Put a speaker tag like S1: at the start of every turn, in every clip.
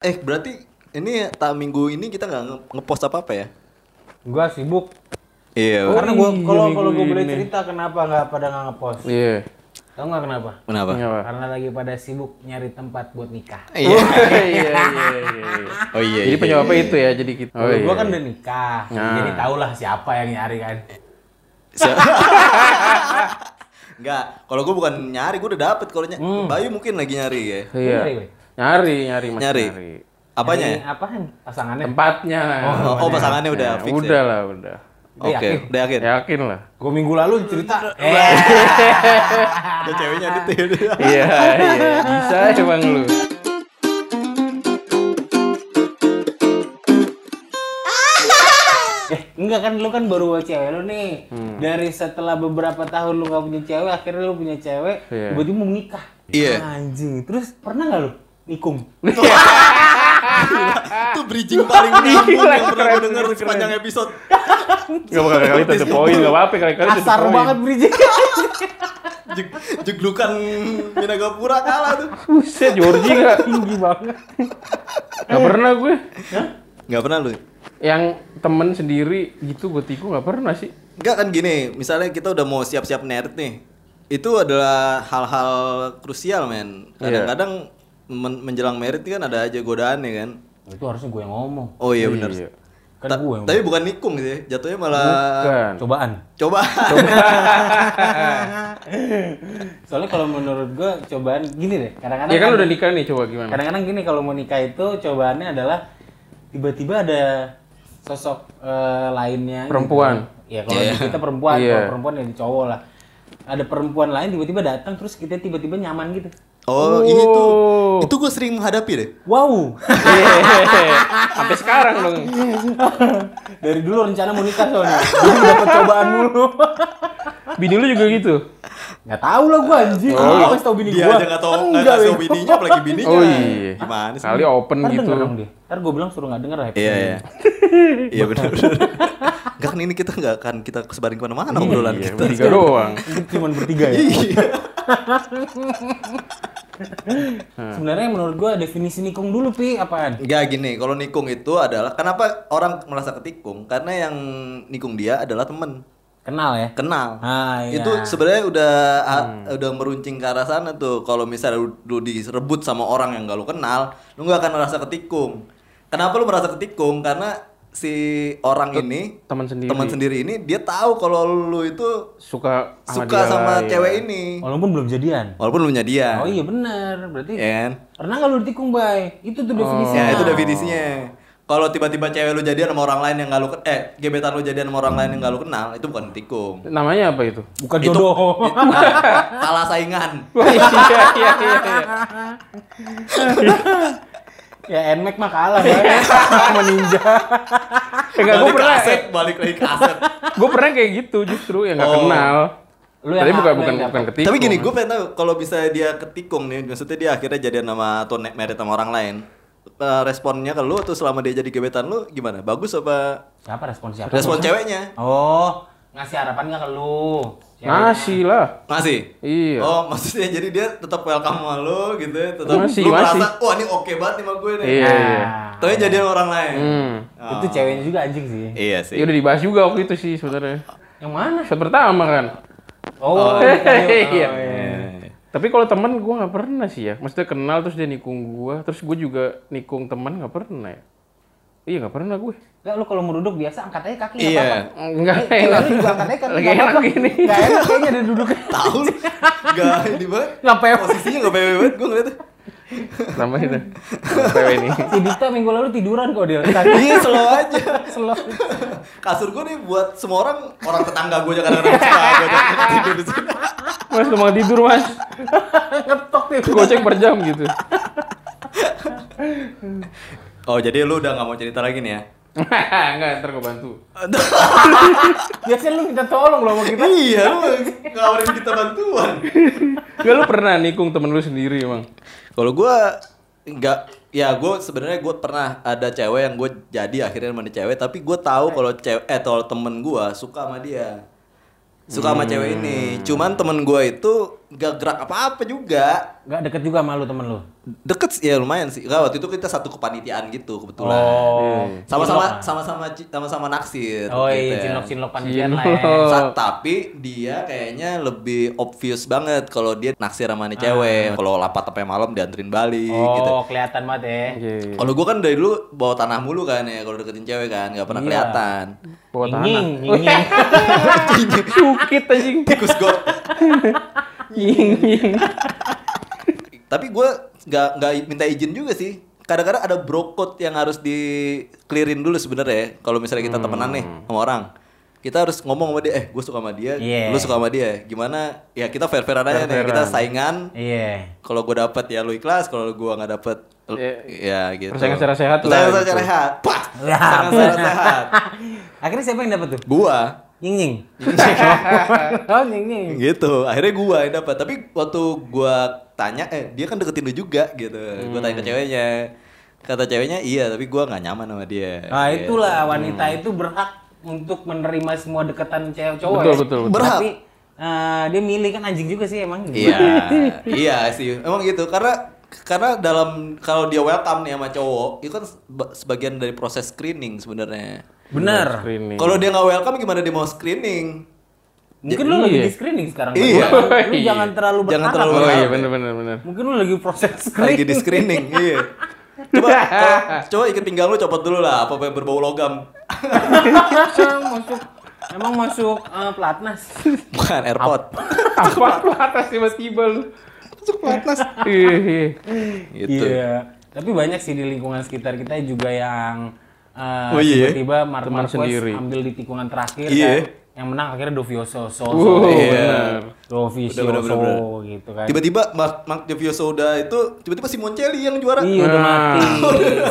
S1: Eh berarti ini tak minggu ini kita nggak nge- ngepost apa apa ya?
S2: Gua sibuk.
S1: Iya.
S3: Oh,
S2: Karena gua
S3: iya,
S2: kalau
S3: minggu
S2: kalau gua boleh
S3: ini.
S2: cerita kenapa nggak pada nggak ngepost.
S3: Iya. Oh,
S2: Tahu nggak kenapa?
S1: Kenapa?
S3: Kenapa?
S2: Karena lagi pada sibuk nyari tempat buat nikah.
S1: Iya.
S3: Iya iya iya.
S1: Oh iya.
S3: Jadi
S1: iya,
S3: penyebabnya
S1: iya.
S3: itu ya jadi kita.
S2: Kalau gua kan udah nikah,
S3: Nah.
S2: jadi tahulah siapa yang nyari kan.
S1: Siap- Enggak. Kalau gue bukan nyari, gue udah dapet. Kalau ny-
S3: Hmm.
S1: Bayu mungkin lagi nyari ya.
S3: Iya.
S2: Nyari, Boy.
S3: Nyari nyari mas.
S1: Nyari. Apanya?
S2: Nyari
S1: ya?
S2: apaan? Pasangannya.
S3: Tempatnya lah.
S1: Oh, oh, pasangannya udah
S3: Ya,
S1: fix ya?
S3: Udah lah udah.
S1: Oke, udah yakin.
S3: Yakin Ya. lah.
S2: Gua minggu lalu cerita. Eh,
S1: Ada ceweknya gitu.
S3: Iya iya. Bisa emang lu.
S2: enggak kan lu kan baru bawa cewek lu nih. Dari setelah beberapa tahun lu nggak punya cewek, akhirnya lu punya cewek,
S3: Iya.
S2: tiba-tiba mau nikah. Nah,
S1: Iya.
S2: Anjing. Terus pernah nggak lu nikung?
S1: Itu bridging paling
S3: Iya,
S1: nyambung yang pernah gue denger sepanjang episode.
S3: Gak bakal kali itu poin gak apa-apa kali kali
S2: Kasar banget berijik.
S1: Jeg- Jeglukan Minagapura kalah tuh.
S3: Buset Georgie gak tinggi banget. Gak pernah gue.
S1: Enggak pernah lu.
S3: Yang temen sendiri gitu gue tiku gak pernah sih.
S1: Enggak kan gini, misalnya kita udah mau siap-siap nerd nih. Itu adalah hal-hal krusial, men. Kadang-kadang men- menjelang merit kan ada aja godaan ya kan.
S2: Itu harusnya gue yang ngomong.
S1: Oh iya benar.
S3: Iya.
S2: Kan
S1: Ta-
S2: gue yang
S1: tapi bukan nikung sih, jatuhnya malah
S3: Bukan.
S2: cobaan.
S1: coba.
S2: Soalnya kalau menurut gue cobaan gini deh. Kadang-kadang
S3: Ya kan udah nikah nih coba gimana?
S2: kadang-kadang gini kalau mau nikah itu cobaannya adalah tiba-tiba ada sosok eh, lainnya gitu.
S3: Perempuan.
S2: Ya kalau di kita perempuan,
S3: Iya.
S2: kalau perempuan ya di cowok lah. Ada perempuan lain tiba-tiba datang terus kita tiba-tiba nyaman gitu.
S1: Oh, itu. Itu gue sering menghadapi deh.
S2: Wow.
S3: Iya. Sampai sekarang dong.
S2: Dari dulu rencana mau nikah soalnya. Dulu dapat cobaan mulu.
S3: Bini lu juga gitu.
S2: Gak tau lah gue anjing. Oh, lu kasih tau bini
S1: dia
S2: gua.
S1: aja nggak tahu nggak
S2: Enggak,
S1: kasih
S2: Beb.
S1: bininya, apalagi bininya.
S3: Oh iya.
S1: Gimana sih?
S3: Kali open
S2: Ntar
S3: gitu.
S2: denger dong dia. Ntar gue bilang suruh gak denger lah.
S1: Iya iya. Iya benar. Enggak kan ini kita nggak akan kita sebarin kemana-mana obrolan
S3: Iya,
S1: kita.
S3: bertiga doang.
S2: Kita cuman bertiga ya.
S1: Iya.
S2: Nah. Sebenarnya menurut gua definisi nikung dulu pi apaan?
S1: Enggak gini, kalau nikung itu adalah kenapa orang merasa ketikung? Karena yang nikung dia adalah temen
S2: Kenal ya.
S1: kenal.
S2: Ah, iya.
S1: Itu sebenarnya udah a- udah meruncing ke arah sana tuh. Kalau misalnya lu, lu direbut sama orang yang gak lu kenal, lu nggak akan merasa ketikung. Kenapa lu merasa ketikung? Karena si orang ini
S3: Teman sendiri.
S1: teman sendiri ini dia tahu kalau lu itu
S3: Suka sama
S1: suka
S3: dia
S1: sama
S3: lah,
S1: cewek
S3: iya.
S1: ini.
S2: Walaupun belum jadian.
S1: Walaupun lu punya dia.
S2: Oh iya benar. Berarti
S1: Ya kan?
S2: pernah nggak lu ditikung bay? Itu tuh definisinya.
S1: Ya
S3: Oh.
S1: itu definisinya. Kalau tiba-tiba cewek lu jadian sama orang lain yang gak lu ke- eh gebetan lu jadian sama orang lain yang gak lu kenal, itu bukan tikung.
S3: Namanya apa itu?
S2: Bukan jodoh.
S1: Kalah saingan.
S3: Wah, iya, iya, iya, iya.
S2: ya Nmax mah kalah bay. Sama ninja.
S3: Enggak, gue
S1: Balik ke
S3: pernah,
S1: aset, balik lagi ke aset.
S3: gue pernah kayak gitu justru yang nggak
S1: Oh.
S3: kenal.
S2: Lu yang
S3: Tapi bukan
S2: lu
S3: bukan
S2: yang
S3: bukan ketika.
S1: Tapi gini, gue pengen tahu kalau bisa dia ketikung nih, maksudnya dia akhirnya jadian sama atau ne- married sama orang lain. eh, responnya ke lu tuh selama dia jadi gebetan lu gimana? Bagus apa
S2: Siapa respon siapa?
S1: respon ceweknya?
S2: Oh, ngasih harapan nggak ke lu? Cewek.
S3: ngasih lah.
S1: Masih?
S3: Iya.
S1: Oh, maksudnya jadi dia tetap welcome sama lu gitu, ya, tetap
S3: Masih,
S1: lu
S3: masih.
S1: merasa, wah ini oke banget nih sama gue nih.
S3: Iya.
S2: Nah,
S1: Tapi jadian sama orang lain.
S3: Hmm.
S1: Oh.
S2: Itu ceweknya juga anjing sih.
S1: Iya sih.
S3: Ya udah dibahas juga waktu itu sih sebenarnya.
S2: Yang mana?
S3: Set pertama kan.
S2: Oh,
S3: Iya.
S1: Eh,
S3: Tapi kalau teman gue nggak pernah sih ya. Maksudnya kenal terus dia nikung gue, terus gue juga nikung teman nggak pernah. ya. Iya nggak pernah gue.
S2: Enggak lu kalau mau duduk biasa angkat aja kaki nggak
S1: Iya.
S2: apa-apa.
S3: Enggak
S2: Eh,
S3: enak.
S2: lu juga angkat aja kaki
S3: Lagi
S2: nggak
S3: enak
S2: apa-apa.
S3: ini.
S2: Nggak enak kayaknya ada duduk.
S1: Tahu lu. Enggak ini banget.
S2: Nggak pewek.
S1: Posisinya enggak pewe banget gue ngeliatnya.
S3: Nama itu. Cewek ini.
S2: Si Dita minggu lalu tiduran kok dia.
S1: Iya, slow aja.
S2: Selok.
S1: Kasur gue nih buat semua orang, orang tetangga gue aja kadang-kadang suka gue aja tidur di sini.
S3: Mas lu mau tidur mas?
S2: Ngetok nih.
S3: Goceng per jam gitu.
S1: Oh, jadi lu udah nggak mau cerita lagi nih ya?
S3: Enggak, ntar gue bantu.
S2: Biasanya lu minta tolong loh sama kita.
S1: iya, lu ngawarin kita bantuan.
S3: Enggak lu pernah nikung temen lu sendiri emang.
S1: Kalau gue nggak, ya gue sebenarnya gue pernah ada cewek yang gue jadi akhirnya sama dia cewek, tapi gue tahu kalau cewek eh
S2: Hmm.
S1: kalau temen gue suka sama dia, suka sama cewek ini. Cuman temen gue itu gak gerak apa-apa juga.
S2: Gak deket juga sama lu temen lu.
S1: Deket sih, ya lumayan sih. Nggak, waktu itu kita satu kepanitiaan gitu kebetulan.
S2: Oh. Cinlok,
S1: Sama-sama
S2: ah.
S1: sama-sama ci- sama-sama naksir.
S2: Oh
S1: gitu
S2: iya,
S1: ya.
S2: cinlok cinlok panitian lah ya.
S3: Cinlok.
S1: Sa- tapi dia kayaknya lebih obvious banget kalau dia naksir sama nih cewek.
S2: Ah.
S1: Kalau lapat sampai malam dianterin balik gitu.
S2: Oh kelihatan banget ya.
S3: Iya, iya.
S1: Kalau gua kan dari dulu bawa tanah mulu kan ya kalau deketin cewek kan nggak pernah
S2: Iya.
S1: kelihatan.
S3: Bawa
S2: Nying,
S3: tanah.
S2: nying, nying.
S3: Cukit anjing.
S1: Tikus gua.
S3: Nying, nying.
S1: Tapi gua nggak nggak minta izin juga sih. Kadang-kadang ada bro code yang harus di clearin dulu sebenarnya. ya. Kalau misalnya
S3: Hmm.
S1: kita temenan nih sama orang, kita harus ngomong sama dia, eh gue suka sama dia,
S2: Iya.
S1: lu suka sama dia. Gimana? Ya kita fair-fairan aja nih, kita saingan.
S2: Iya.
S1: Kalau gue dapet ya lu ikhlas, kalau gue nggak dapet l-
S3: Iya.
S1: ya gitu.
S3: Persaingan secara sehat lah,
S1: Persaingan secara
S3: gitu.
S1: sehat. Pas.
S2: Ya.
S1: Persaingan secara sehat.
S2: Akhirnya siapa yang dapat tuh?
S1: Gua
S2: Nying nying. oh nying nying.
S1: gitu akhirnya gua yang dapat tapi waktu gua tanya eh dia kan deketin lu juga gitu gua tanya ke ceweknya kata ceweknya iya tapi gua nggak nyaman sama dia
S2: Nah
S1: Gitu.
S2: itulah wanita itu berhak untuk menerima semua deketan cewek cowok.
S3: Betul,
S2: ya.
S3: betul,
S1: betul.
S2: Tapi eh, dia milih kan anjing juga sih emang.
S1: iya iya sih emang gitu karena karena dalam kalau dia welcome nih sama cowok itu kan seba- sebagian dari proses screening sebenarnya
S2: Bener.
S3: Screening.
S1: kalau dia nggak welcome gimana dia mau screening
S2: Mungkin lu lagi
S3: Iya.
S2: di screening sekarang.
S1: Iya.
S2: Lu- Lu jangan terlalu
S1: Jangan
S2: berharap.
S1: terlalu
S3: Oh iya
S1: berharap.
S3: bener bener bener.
S2: Mungkin lu lagi proses screening.
S1: lagi di screening iya coba kalau- coba ikat pinggang lu copot dulu lah apa yang berbau logam
S2: masuk emang masuk eh, pelatnas.
S1: bukan airpod
S3: Apa lu atas tiba-tiba lu?
S1: masuk pelatnas
S3: Iya, iya.
S1: gitu
S2: Iya. Tapi banyak sih di lingkungan sekitar kita juga yang eh,
S1: Oh, iya.
S2: tiba-tiba Mark
S3: Teman
S2: Marquez
S3: sendiri.
S2: ambil di tikungan terakhir
S1: Iya.
S2: kan. Yang menang akhirnya Dovizioso. So,
S3: Wow,
S1: iya.
S3: bener.
S2: Dovizioso
S1: Bener, bener, bener,
S2: gitu kan.
S1: Tiba-tiba Mark, Mark Davioso udah itu tiba-tiba Simoncelli yang juara.
S2: Iya udah
S3: Nah.
S2: mati.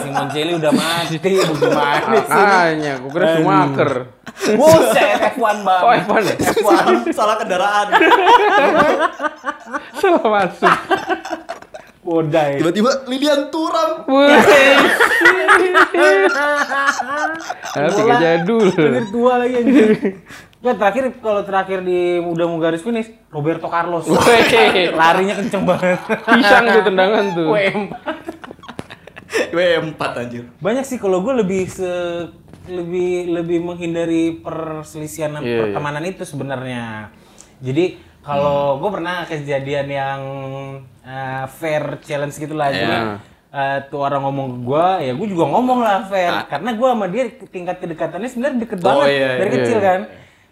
S2: Simon Jelly udah mati. Bagaimana sih?
S3: Makanya, gue kira Schumacher.
S2: Buset F1 bang.
S3: Oh, F1 ya?
S1: Salah- salah kendaraan.
S3: Salah masuk.
S2: Bodai.
S1: Tiba-tiba Lilian Turam.
S3: Wih. Ah, tiga jadul.
S2: Terakhir dua lagi anjir. Ya terakhir kalau terakhir di udah mau garis finish Roberto Carlos.
S3: Wih.
S2: Larinya kenceng banget.
S3: Pisang tuh tendangan tuh.
S2: WM.
S1: W4 ya, anjir.
S2: Banyak sih kalau gue lebih se lebih lebih menghindari perselisihan dan
S3: Iya,
S2: pertemanan itu sebenarnya. Jadi
S1: Hmm.
S2: kalau gue pernah kejadian yang eh, fair challenge gitulah jadi
S1: Iya.
S2: eh, tuh orang ngomong ke gue, ya gue juga ngomong lah fair, karena gue sama dia tingkat kedekatannya sebenarnya deket banget
S1: Ah. iya,
S2: dari kecil kan.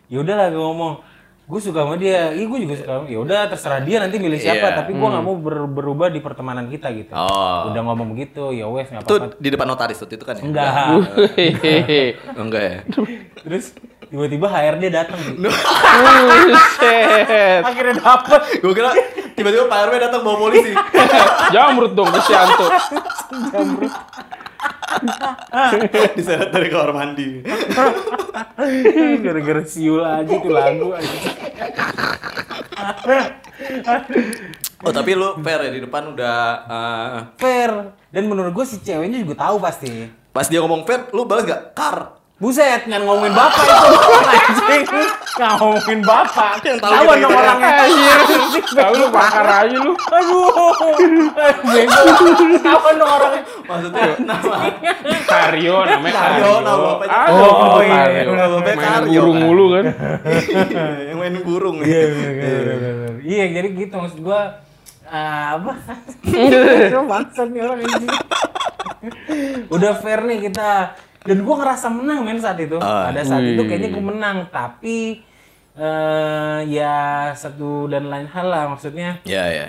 S2: Ya udahlah gue ngomong, gue suka sama dia, iya gue juga suka sama dia. Udah terserah dia nanti milih siapa, tapi gue nggak mau ber- berubah di pertemanan kita gitu.
S1: Iya. Hmm. Oh.
S2: Udah ngomong begitu, ya wes nggak
S1: Itu
S2: apa-apa.
S1: di depan notaris waktu itu kan ya?
S2: Enggak.
S3: Wih.
S1: Enggak ya?
S2: Terus tiba-tiba HRD datang. Bi.
S3: Buset.
S2: Akhirnya dapet.
S1: Gue kira tiba-tiba Pak RW datang bawa polisi.
S3: Jamrut Ya, dong ke Sianto.
S1: Diseret dari kamar mandi.
S2: Gara-gara siul aja tuh lagu aja.
S1: Oh tapi lu fair ya di depan udah... eh,
S2: Fair. Dan menurut gue si ceweknya juga tahu pasti.
S1: pas dia ngomong fair, lu balas gak? Kar.
S2: Buset, nggak ngomongin bapak itu. Anjing. Nggak ngomongin bapak.
S1: Yang tahu
S2: Tahu
S1: gitu-gitu
S2: dong
S1: ya.
S2: orangnya.
S3: Anjir. Tahu lu pakar aja lu.
S2: Aduh. Bego. Tahu dong orangnya. Iya.
S1: Maksudnya nama.
S3: Karyo namanya
S1: Karyo,
S3: Karyo.
S1: nama bapaknya.
S3: Ah,
S2: Oh,
S3: dong,
S2: iya,
S3: Karyo.
S1: nama bapaknya
S3: Mainan
S1: Karyo,
S3: burung
S1: kan.
S3: mulu kan.
S1: yang main burung. ya.
S2: Iya, iya, iya, iya, iya, iya. Iya, jadi gitu maksud gue. apa? Bangsa nih orang anjing. Udah fair nih kita. Dan gue ngerasa menang men saat itu.
S1: Ah.
S2: Pada saat itu
S3: Wih.
S2: kayaknya gue menang. Tapi eh ya satu dan lain hal lah maksudnya.
S1: Iya, iya.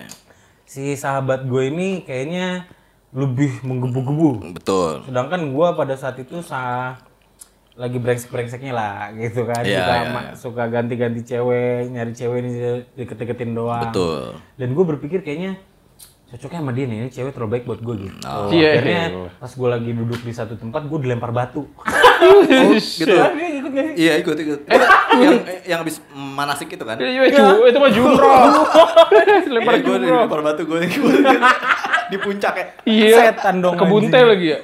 S2: Si sahabat gue ini kayaknya lebih menggebu-gebu.
S1: Betul.
S2: Sedangkan gue pada saat itu sa lagi brengsek-brengseknya lah gitu kan.
S1: Iya,
S2: suka,
S1: iya,
S2: ma-
S1: iya.
S2: suka ganti-ganti cewek, nyari cewek ini deket-deketin doang
S1: Betul.
S2: dan gue berpikir kayaknya cocoknya sama dia nih ini cewek terbaik buat gue gitu
S1: Oh.
S3: Iya.
S2: akhirnya pas gue lagi duduk di satu tempat gue dilempar batu Oh,
S1: Gitu. Iya ikut ikut. yang yang habis manasik itu kan.
S3: Iya, iya, ju- itu mah jumroh. Lempar
S1: Iya, gua
S3: jumroh.
S1: di lempar batu gue di puncak ya.
S3: Iya.
S2: Setan dong,
S3: Kebunte
S2: anjing.
S3: lagi ya.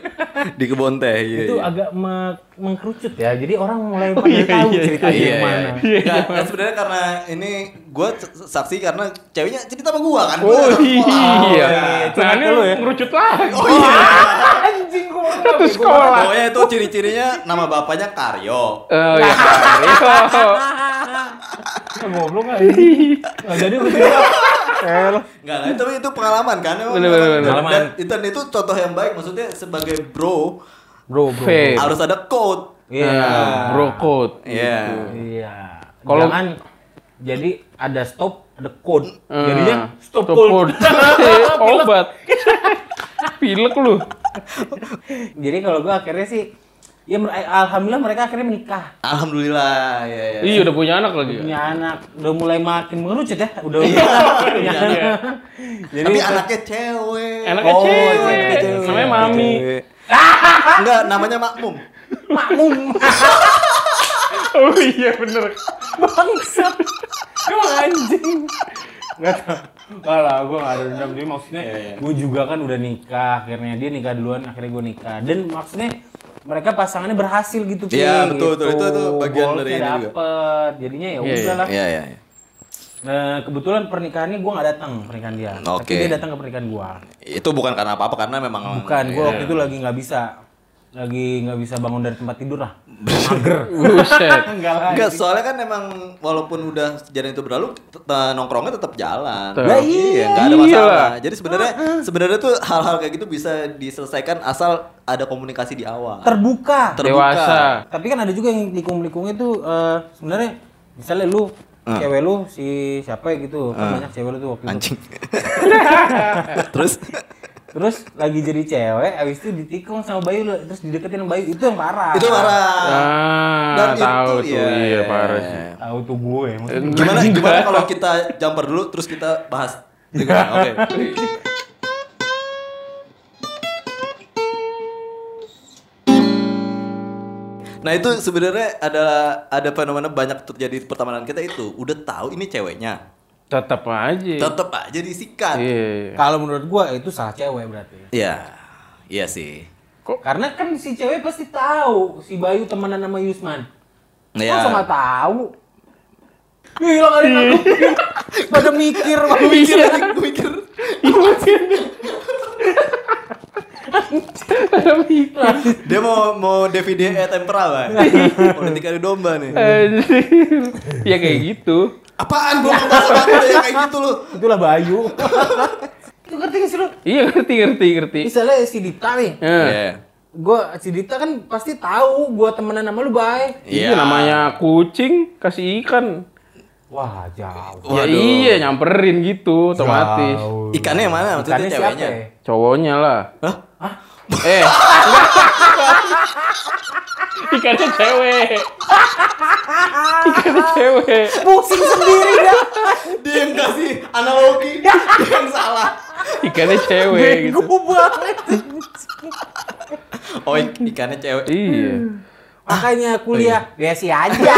S1: Di kebun teh. Iya,
S2: itu
S1: iya.
S2: gitu,
S1: Oh,
S2: agak me- mengkerucut ya. Jadi orang mulai pada tahu ceritanya
S1: Iya,
S2: yang mana.
S1: iya. Nggak, kan sebenarnya karena ini gue saksi karena ceweknya cerita sama gue kan. Gua
S3: Oh
S1: nggak tahu.
S3: iya.
S2: Curhat
S3: Nah ini
S2: dulu ya.
S3: ngerucut lagi.
S1: Oh iya.
S2: Anjing gua.
S3: Satu sekolah.
S1: Pokoknya itu ciri-cirinya nama bapaknya Karyo.
S3: Oh iya.
S2: Eh, Goblok anjing. Nah, jadi lu cerita. Eh, lu.
S1: Enggak, enggak, itu itu pengalaman kan. Emang
S3: Bener, bener,
S1: pengalaman.
S2: bener.
S1: Dan itu dan itu contoh yang baik maksudnya sebagai bro
S2: Bro, bro.
S3: Fair.
S1: harus ada code.
S2: Iya.
S3: Bro code.
S1: Iya.
S3: Gitu.
S2: Iya.
S3: Kalau-
S2: Jangan jadi ada stop, ada code.
S3: Eh,
S2: Jadinya stop,
S3: code.
S2: code.
S3: Obat. Pilek lu.
S2: Jadi kalau gua akhirnya sih ya mer- alhamdulillah mereka akhirnya menikah.
S1: Alhamdulillah. Iya, iya.
S3: Iya Iya, udah punya anak lagi.
S2: punya anak udah mulai makin mengerucut ya udah punya anak. jadi
S1: Tapi anaknya cewek.
S3: Enaknya
S2: Oh,
S3: cewek.
S2: anaknya cewek.
S3: Namanya Mami.
S1: Cewek. Gitu. Enggak, namanya Makmum.
S2: makmum
S3: Oh iya bener.
S2: bangsa emang anjing nggak tau Nggak lah gue nggak ada dendam jadi maksudnya
S1: Iya,
S2: gue juga kan udah nikah akhirnya dia nikah duluan akhirnya gue nikah dan maksudnya mereka pasangannya berhasil gitu Pi,
S1: Iya, betul, betul.
S2: gitu.
S1: Itu- itu bagian
S2: Goalsnya
S1: dari ini juga.
S2: dapet. jadinya ya
S3: Iya,
S2: udah lah
S1: Iya, iya. iya.
S2: Nah, kebetulan pernikahannya gue nggak datang pernikahan dia tapi
S1: Oke.
S2: dia datang ke pernikahan gue
S1: Itu bukan karena apa-apa karena memang
S2: Bukan, gue waktu itu lagi nggak bisa, lagi nggak bisa bangun dari tempat tidur lah.
S3: Buset.
S2: Enggak lah.
S1: Enggak, soalnya kan emang walaupun udah sejarah itu berlalu, te- te- nongkrongnya tetap jalan.
S3: Tetap.
S1: Lah Ah,
S3: Iya.
S1: nggak ada
S3: Iya
S1: masalah.
S3: lah.
S1: Jadi sebenarnya sebenarnya tuh hal-hal kayak gitu bisa diselesaikan asal ada komunikasi di awal.
S2: Terbuka.
S1: Terbuka.
S3: Dewasa.
S2: Tapi kan ada juga yang dikung-dikung itu eh, sebenarnya misalnya lu cewek lu si siapa ya gitu kan banyak cewek lu tuh waktu itu.
S1: Ah. Anjing. Terus
S2: terus lagi jadi cewek abis itu ditikung sama Bayu lu terus dideketin sama Bayu itu yang parah
S1: itu marah. Ah. Dan
S3: Ah,
S1: itu,
S3: tahu tuh.
S1: iya,
S3: Iya,
S1: iya,
S3: parah
S1: iya.
S3: sih.
S2: tahu tuh gue maksudnya.
S1: Gimana gimana kalau kita jumper dulu terus kita bahas. Oke. Nah itu sebenarnya ada ada fenomena banyak terjadi di pertemanan kita itu udah tahu ini ceweknya
S3: Tetap aja.
S1: tetep aja disikat. Iya,
S3: Iya.
S2: kalau menurut gue itu salah cewek berarti
S1: iya sih.
S2: karena kan si cewek pasti tahu si Bayu temenan sama Yusman
S1: Iya.
S2: Masa nggak tahu? Gila kali nangkepin. Pada mikir,
S3: Iya,
S2: pada mikir.
S1: Mikir, mikir. Dia mau mau DVD temperal kan? Politik adu domba nih.
S3: Eh. Anjir. Ya kayak gitu.
S1: Apaan gua mau bahas apa ya kayak gitu lu?
S2: Itulah Bayu. Itu ngerti gak sih lu?
S3: Iya ngerti ngerti ngerti.
S2: Misalnya si Dita nih,
S1: Iya.
S3: Eh,
S2: gua si Dita kan pasti tahu gua temenan sama lu, Bay.
S3: Iya namanya kucing kasih ikan.
S2: Wah, jauh.
S3: Ya
S1: Waduh.
S3: iya nyamperin gitu otomatis.
S2: Jauh.
S1: Ikannya yang mana maksudnya
S2: Ikannya siapa
S1: ceweknya?
S2: ya?
S3: Cowoknya lah.
S1: Hah?
S3: Eh. Ikannya cewek. Ikannya cewek.
S2: Pusing sendiri dah.
S1: Dia yang kasih analogi, dia yang salah.
S3: Ikannya cewek gitu.
S2: Bego banget.
S1: Oh, ik- ikannya cewek.
S3: Iya.
S2: Makanya kuliah biasa aja.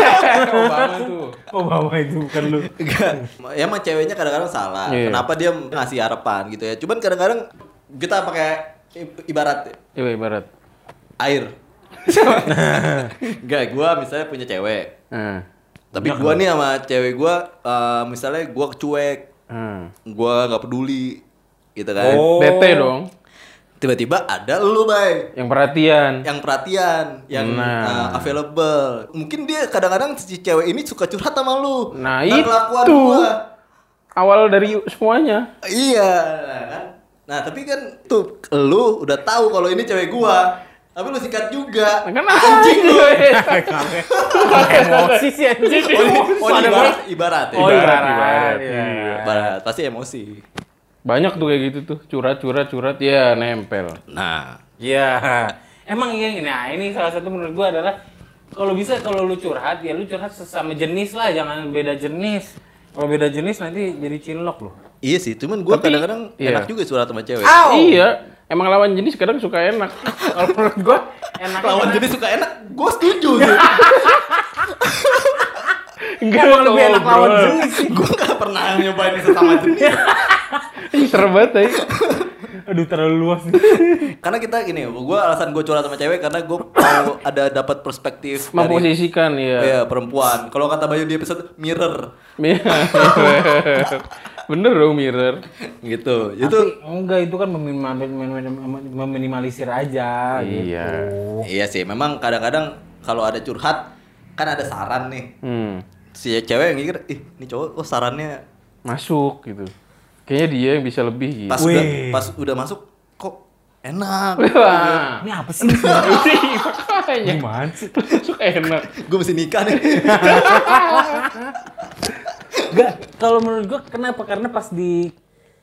S3: Kau banget tuh.
S2: Oh, bawa itu bukan lu.
S1: Enggak. Ya emang ceweknya kadang-kadang salah.
S3: Iya.
S1: Kenapa dia ngasih harapan gitu ya? Cuman kadang-kadang kita pakai i- ibarat
S3: Iya ibarat.
S1: air. Enggak, gua misalnya punya cewek.
S3: Eh.
S1: Tapi gua nih sama cewek gua eh, misalnya gua cuek,
S3: Eh.
S1: gua nggak peduli gitu kan.
S2: Oh.
S3: Bete dong.
S1: Tiba-tiba ada lu, Bay.
S3: Yang perhatian.
S1: yang perhatian, yang uh,
S3: Nah.
S1: available. Mungkin dia kadang-kadang si cewek ini suka curhat sama lu.
S3: Nah,
S1: Tentang kelakuan
S3: itu.
S1: gua.
S3: Awal dari semuanya.
S1: Iya. kan? Nah, tapi kan tuh lu udah tahu kalau ini cewek gua. Tapi lu sikat juga.
S3: Nah, Kan anjing lu.
S2: Emosi sih ya, anjing.
S1: Oh, ini, oh, ini ibarat, ibarat ya.
S2: Oh,
S1: ibarat.
S2: ibarat,
S3: ibarat,
S2: iya.
S1: Ibarat. Pasti emosi.
S3: Banyak tuh kayak gitu tuh, curhat curhat curhat ya nempel.
S1: Nah,
S2: Iya. Emang iya, nah ini salah satu menurut gua adalah kalau bisa kalau lu curhat ya lu curhat sesama jenis lah, jangan beda jenis. Kalau beda jenis nanti jadi cinlok loh.
S1: iya sih, cuman gua
S3: Tapi-
S1: kadang-kadang
S3: iya.
S1: enak juga curhat sama cewek.
S3: Iya, emang lawan jenis kadang suka enak.
S2: Kalau menurut gua enak
S1: Lawan jenis suka enak, gua setuju sih.
S3: Enggak
S2: Emang lebih enak lawan jenis sih.
S1: gua nggak pernah nyobain sesama jenis.
S3: eh. Ih, serem banget tadi.
S2: Aduh terlalu luas nih.
S1: karena kita gini gue alasan gue curhat sama cewek karena gue mau ada dapat perspektif dari
S3: memposisikan ya.
S1: Iya, perempuan kalau kata Bayu di episode mirror
S3: Mirror. Iya. Bener dong mirror.
S1: gitu itu
S2: Tapi enggak itu kan meminim- meminim- meminimalisir aja
S3: Iya.
S2: gitu.
S1: iya sih memang kadang-kadang kalau ada curhat kan ada saran nih
S3: Hmm.
S1: si cewek yang mikir ih ini cowok oh sarannya
S3: Masuk gitu. Kayaknya dia yang bisa lebih gitu.
S1: pas udah
S2: Wih.
S1: pas udah masuk kok enak
S3: Wah.
S2: Ini apa sih? Iya.
S3: Makanya.
S2: Gimana sih?
S3: Masuk enak.
S1: gue mesti nikah nih
S2: Enggak, kalau menurut gua kenapa? Karena pas di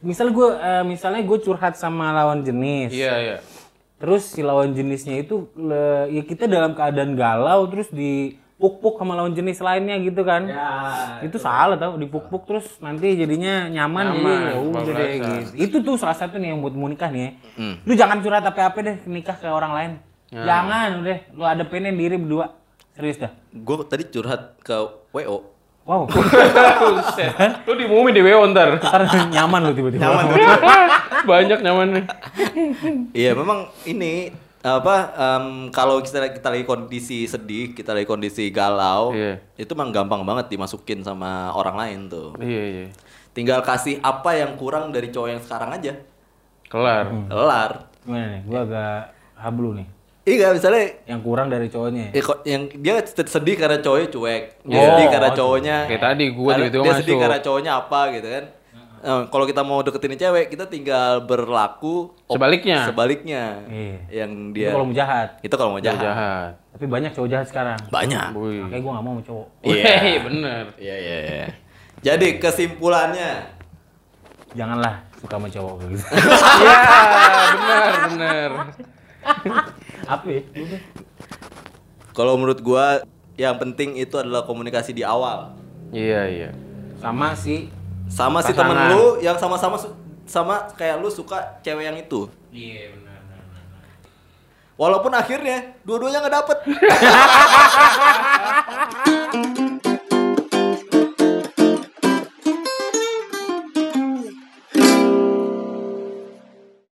S2: misal gua eh, misalnya gua curhat sama lawan jenis.
S3: Iya, iya.
S2: Terus si lawan jenisnya itu le- ya kita dalam keadaan galau terus dipuk-puk sama lawan jenis lainnya gitu kan. itu, salah tau dipuk-puk terus nanti jadinya nyaman, jadi
S3: Nyaman,
S2: ya udah deh
S3: bablasan.
S2: gitu. Itu tuh salah satu nih yang buat mau nikah nih. Ya. Lu jangan curhat apa-apa deh nikah ke orang lain. Jangan udah lu adepin diri berdua. Serius dah.
S1: gue tadi curhat ke wo
S2: Wow.
S3: Buset. Lu diumumin di WO ntar.
S2: Ntar nyaman ya? lu tiba-tiba.
S3: Banyak nyamannya.
S1: Iya memang ini apa em, kalau kita kita lagi kondisi sedih, kita lagi kondisi galau,
S3: Iya.
S1: itu memang gampang banget dimasukin sama orang lain tuh.
S3: Iya, iya.
S1: Tinggal kasih apa yang kurang dari cowok yang sekarang aja.
S3: Kelar.
S1: Kelar.
S2: Gimana nih? Gua agak hablu nih.
S1: Iya misalnya
S2: Yang kurang dari cowoknya.
S1: eh,
S2: ya.
S1: kok- yang dia sedih karena cowoknya cuek, dia
S3: Oh,
S1: sedih karena cowoknya
S3: Kayak tadi, gua
S1: karena-
S3: tiba-tiba
S1: dia sedih
S3: masuk.
S1: karena cowoknya apa gitu kan. Eh, kalau kita mau deketin cewek, kita tinggal berlaku op-
S3: Sebaliknya.
S1: Sebaliknya.
S2: Iya.
S1: Yang
S2: Itu
S1: dia
S2: kalau mau jahat.
S1: itu kalau mau
S3: Iya, Jahat.
S1: jahat.
S3: Jahat.
S2: Tapi banyak cowok jahat sekarang.
S1: Banyak.
S3: Wih.
S2: Makanya gua nggak mau sama cowok.
S1: Iya.
S3: Wih, bener.
S1: Iya iya iya. Jadi kesimpulannya
S2: Janganlah suka sama cowok kayak gitu.
S3: Iya, bener, bener.
S2: Apa ya?
S1: kalau menurut gua yang penting itu adalah komunikasi di awal.
S3: Iya, iya.
S2: Sama si
S1: Sama si temen
S2: Pasangan.
S1: lu yang sama-sama su- sama kayak lu suka cewek yang itu.
S2: Iya benar.
S1: Walaupun akhirnya dua-duanya nggak dapet.